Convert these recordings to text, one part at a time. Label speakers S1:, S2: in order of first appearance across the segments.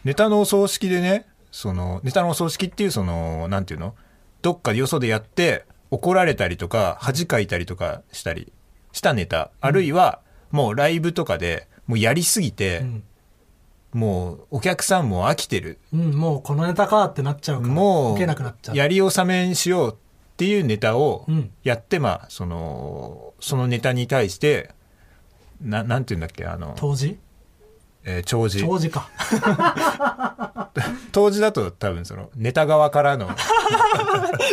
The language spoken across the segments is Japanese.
S1: ネタのお葬式でねそのネタのお葬式っていうそのなんていうのどっかよそでやって怒られたりとか恥かいたりとかしたりしたネタあるいはもうライブとかでもうやりすぎて、
S2: うん
S1: もうお客さんも飽きてる
S2: うん、もうこのネタかってなっちゃうから。
S1: も
S2: 受けなくなっちゃ
S1: う
S2: う。
S1: やり納めにしようっていうネタを
S2: うん
S1: やって、まあそのそのネタに対してななんて言うんだっけあの、
S2: 当時
S1: えー長寿
S2: 当時か。
S1: 当時だと多分そのネタ側からの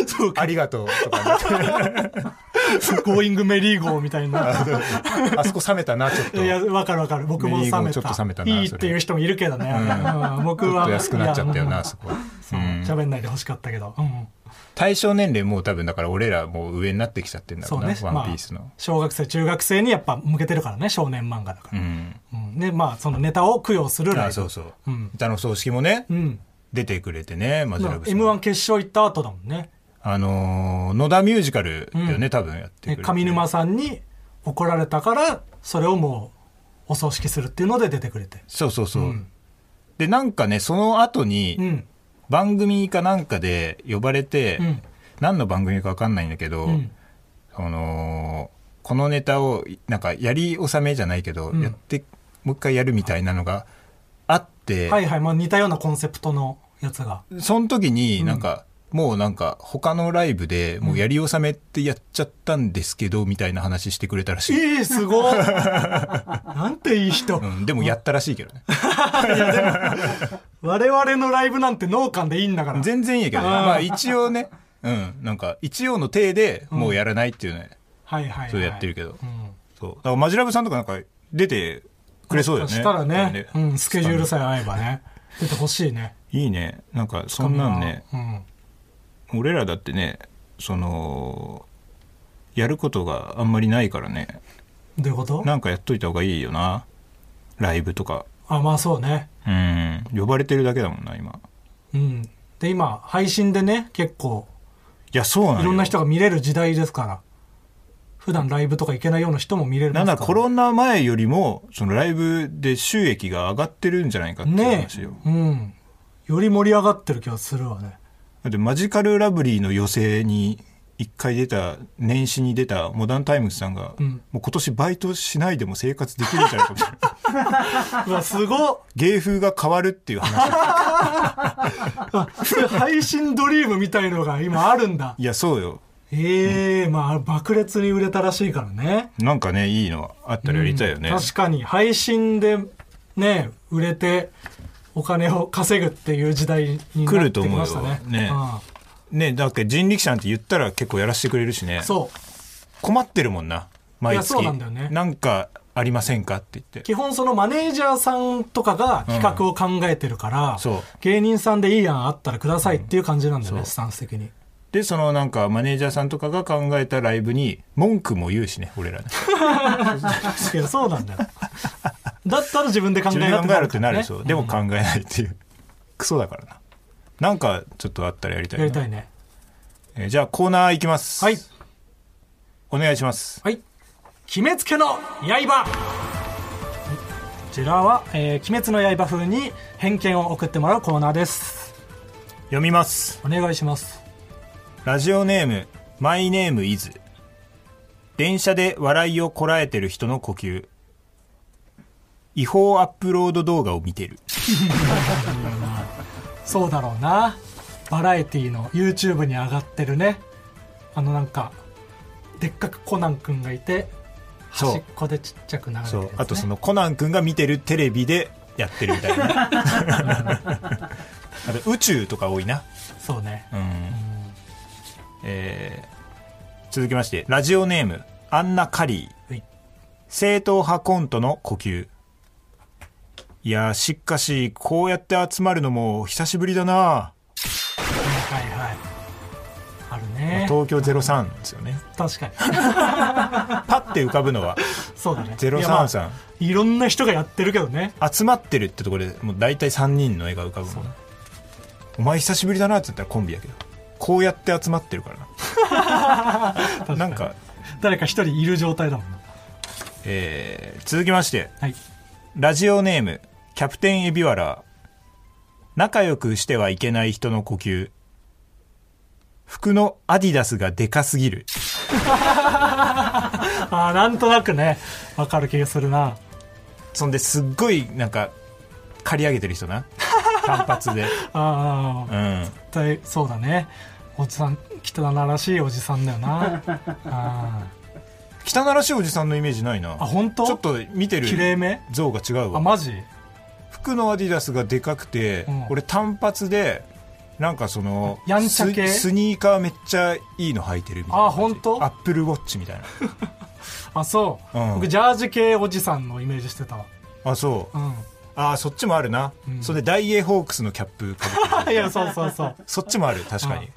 S2: そう
S1: 「ありがとう」とか、ね、
S2: ゴーイングメリーゴーみたいな。
S1: あそこ冷めたなちょっと
S2: いや、わかるわかる。僕も冷めた。
S1: メリーゴーちょっと冷めたない
S2: いっ
S1: それ
S2: ていう人もいるけどね。うん僕
S1: ちょ
S2: は。
S1: っと安くなっちゃったよ
S2: い
S1: な
S2: や
S1: そこは
S2: そう
S1: うん
S2: 喋んないでほしかったけど。うんうん
S1: 対象年齢もう多分だから俺らもう上になってきちゃってるんだろ
S2: そうう
S1: な
S2: ね
S1: 「。
S2: ま
S1: ワ
S2: あ
S1: ンピースの、
S2: 小学生、中学生にやっぱ向けてるからね、少年漫画だから。
S1: うん
S2: うんで、まあ、そのネタを供養するライ
S1: あ
S2: ブ。
S1: そうそう、
S2: うん
S1: 歌の葬式もね、
S2: うん。
S1: 出てくれてねマジラブさん
S2: M1 決勝行った後だもんね。
S1: あのー野田ミュージカルだよね、
S2: うん
S1: 多分やってくれ
S2: で
S1: て
S2: 上沼さんに怒られたから、それをもう、お葬式するっていうので出てくれて。
S1: そうそうそう、
S2: うん
S1: でなんかねその後
S2: う
S1: に
S2: ん。
S1: 番組かなんかで呼ばれて、
S2: うん
S1: 何の番組か分かんないんだけど、
S2: うん
S1: そのこのネタをなんかやり納めじゃないけど、
S2: うん
S1: やってもう一回やるみたいなのがあって、
S2: はいはい、まあ似たようなコンセプトのやつが。
S1: その時になんか、もうなんか他のライブでもうやり納めってやっちゃったんですけどみたいな話してくれたらしい、
S2: ええす ごいなんていい人、
S1: うん、でもやったらしい けどね
S2: 我々のライブなんて農家でいいんだから。
S1: 全然いいけどね。まあ一応ね、うん、なんか一応の体でもうやらないっていうね、
S2: はいはい、はい。
S1: そうやってるけど。
S2: うん。
S1: そう。だからマジラブさんとかなんか出てくれそうだよね。
S2: そしたらね
S1: だよ
S2: うん、スケジュールさえ合えばね、出てほしいね。
S1: いいね。なんかそんなんね、
S2: うん。
S1: 俺らだってね、その、やることがあんまりないからね、
S2: どういうこと
S1: なんかやっといた方がいいよな。ライブとか。
S2: あ、まあそうね。
S1: うん。呼ばれてるだけだもんな、今。
S2: うん。で、今、配信でね、結構、
S1: いや、そうなのよ
S2: いろんな人が見れる時代ですから。普段ライブとか行けないような人も見れる
S1: なんなら
S2: です
S1: コ
S2: から
S1: ロナ前よりも、そのライブで収益が上がってるんじゃないかっていう
S2: ね
S1: 話よ。
S2: え。うん。より盛り上がってる気がするわね。
S1: だってマジカルラブリーの予選に一回出た、年始に出たモダンタイムズさんが、
S2: ん
S1: もう今年バイトしないでも生活できるんじゃないかみたい な。
S2: うわ、すごっ
S1: 芸風が変わるっていう話。
S2: 配信ドリームみたいのが今あるんだ。
S1: いや、そうよ。
S2: ええまあ、爆裂に売れたらしいからね。
S1: なんかね、いいのあったらやりたいよね。
S2: 確かに、配信でね、売れて、お金を稼ぐっていう時代になってきましたね
S1: 来ると。思うよね
S2: うん
S1: ねだって人力車なんて言ったら結構やらせてくれるしね。
S2: そう。
S1: 困ってるもんな。毎月。
S2: いやそうなんだよね
S1: なんかありませんかって言って。
S2: 基本そのマネージャーさんとかが企画を考えてるから、
S1: そう
S2: 芸人さんでいい案あったらくださいっていう感じなんだよね、スタンス的に。
S1: で、そのなんかマネージャーさんとかが考えたライブに文句も言うしね、俺らね。
S2: いや、そうなんだよ。だったら自分で考え
S1: 自
S2: ろって
S1: 分
S2: なる
S1: で考えるってなるでし
S2: から
S1: ょ。
S2: ね
S1: でも考えないっていう。クソだからな。なんかちょっとあったらやりたい
S2: や
S1: な。
S2: りたいね。
S1: えーじゃあコーナーいきます。
S2: はい。
S1: お願いします。
S2: はい。決めつけの刃こちらは、えー鬼滅の刃風に偏見を送ってもらうコーナーです。
S1: 読みます。
S2: お願いします。
S1: ラジオネーム、マイネームイズ。電車で笑いをこらえてる人の呼吸。違法アップロード動画を見てる。
S2: そうだろうな。バラエティの YouTube に上がってるね。あのなんか、でっかくコナン君がいて、
S1: そう
S2: 端っこでちっちゃく流れてる
S1: そ
S2: やつ
S1: う
S2: ね、。
S1: あとそのコナン君が見てるテレビでやってるみたいな。あ と宇宙とか多いな。
S2: そうね。
S1: えー続きましてラジオネームアンナ・カリー、
S2: はい
S1: 正統派コントの呼吸いやーしかしこうやって集まるのも久しぶりだな、
S2: はいはいはい。あるね。
S1: 東京03ですよね
S2: 確かに。
S1: パッて浮かぶのは
S2: そうだね。いやまあ
S1: 03さん、
S2: いろんな人がやってるけどね。
S1: 集まってるってところでもう大体3人の絵が浮かぶもんなお前久しぶりだなって言ったらコンビやけどこうやって集まってるからななんか、
S2: 誰か一人いる状態だもんな。
S1: えー続きまして
S2: はい。
S1: ラジオネーム、キャプテンエビワラー。仲良くしてはいけない人の呼吸。服のアディダスがでかすぎる。
S2: ああ、なんとなくね、わかる気がするな。
S1: そんですっごいなんか刈り上げてる人な単発で
S2: ああ
S1: うん
S2: 絶対そうだねおじさん汚らしいおじさんだよ なあ
S1: 汚らしいおじさんのイメージないな
S2: あ本当
S1: ちょっと見て
S2: ー綺麗
S1: る
S2: め
S1: 像が違う
S2: あ
S1: わ
S2: マジ
S1: 服のアディダスがでかくて、
S2: うん
S1: 俺単発でなんかその
S2: やんちゃ系
S1: ススニーカーめっちゃいいの履いてるみたいな
S2: あ本当
S1: アップルウォッチ みたいな
S2: あそう、
S1: うん
S2: 僕ジャージ系おじさんのイメージしてたわ
S1: あそう
S2: う
S1: あそっちもあるな、
S2: うん
S1: それでダイエーホークスのキャップかぶって
S2: ん
S1: る
S2: いやそうそうそう
S1: そっちもある確か に
S2: うん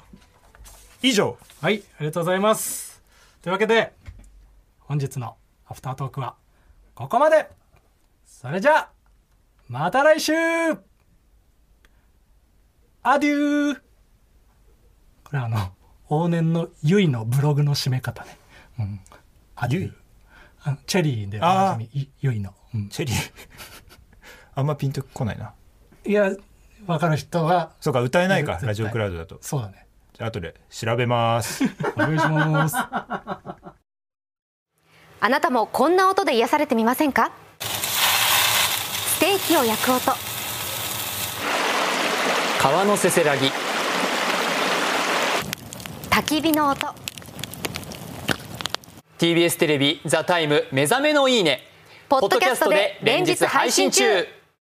S1: 以上
S2: はい、ありがとうございます。というわけで、本日のアフタートークはここまでそれじゃあ、また来週アデューこれあの、往年のゆいのブログの締め方ね。うん。アデューあのチェリーでおなじみゆゆいの。うん
S1: チェリーあんまピンとこないない
S2: や、わかる人は、
S1: そうか歌えないか
S2: 絶対
S1: ラジオクラウドだと
S2: そうだね。
S1: じゃあ後で調べます
S2: お願いします。
S3: あなたもこんな音で癒されてみませんかステーキを焼く音
S4: 川のせせらぎ
S3: 焚き火の音
S4: TBS テレビ「ザタイム目覚めのいいね」
S3: ポッドキャストで連日配信中